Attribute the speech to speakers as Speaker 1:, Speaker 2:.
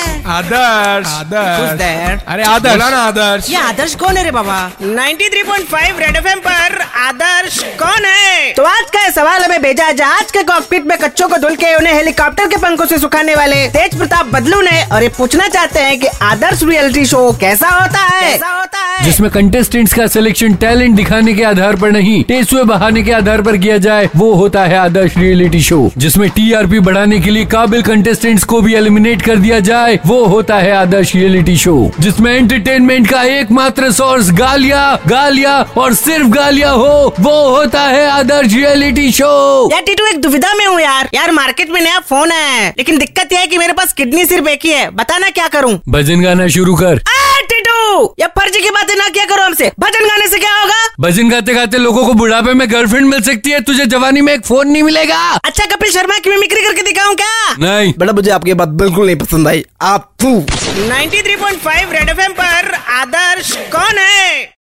Speaker 1: Adarsh
Speaker 2: Who's
Speaker 1: Adarsh
Speaker 2: there?
Speaker 1: अरे आदर्श बोला ना आदर्श
Speaker 2: ये आदर्श कौन है रे बाबा
Speaker 3: 93.5 रेड एफएम पर आदर्श कौन है
Speaker 2: तो आज का ये सवाल हमें भेजा जहाज के कॉकपिट में कच्चों को धुल के उन्हें हेलीकॉप्टर के पंखों से सुखाने वाले तेज प्रताप बदलू ने और ये पूछना चाहते हैं कि आदर्श रियलिटी शो कैसा होता है कैसा होता है
Speaker 4: जिसमें कंटेस्टेंट्स का सिलेक्शन टैलेंट दिखाने के आधार पर नहीं टेसुए बहाने के आधार पर किया जाए वो होता है आदर्श रियलिटी शो जिसमें टीआरपी बढ़ाने के लिए काबिल कंटेस्टेंट्स को भी एलिमिनेट कर दिया जाए वो होता है आदर्श रियलिटी शो जिसमें एंटरटेनमेंट का एकमात्र सोर्स गालिया गालिया और सिर्फ गालिया हो वो होता है आदर्श रियलिटी शो
Speaker 2: यार टीटू एक दुविधा में हूँ यार यार मार्केट में नया फोन है लेकिन दिक्कत यह है कि मेरे पास किडनी सिर्फ एक ही है बताना क्या करूँ
Speaker 4: भजन गाना शुरू कर
Speaker 2: टीटू ये फर्जी की बातें ना क्या करो हमसे भजन गाने से क्या होगा
Speaker 4: भजन गाते गाते लोगों को बुढ़ापे में गर्लफ्रेंड मिल सकती है तुझे जवानी में एक फोन नहीं मिलेगा
Speaker 2: अच्छा कपिल शर्मा की मिमिक्री करके दिखाऊं क्या
Speaker 4: नहीं
Speaker 5: बेटा मुझे आपकी बात बिल्कुल नहीं पसंद आई आप तू
Speaker 3: 93.5 रेड एफएम पर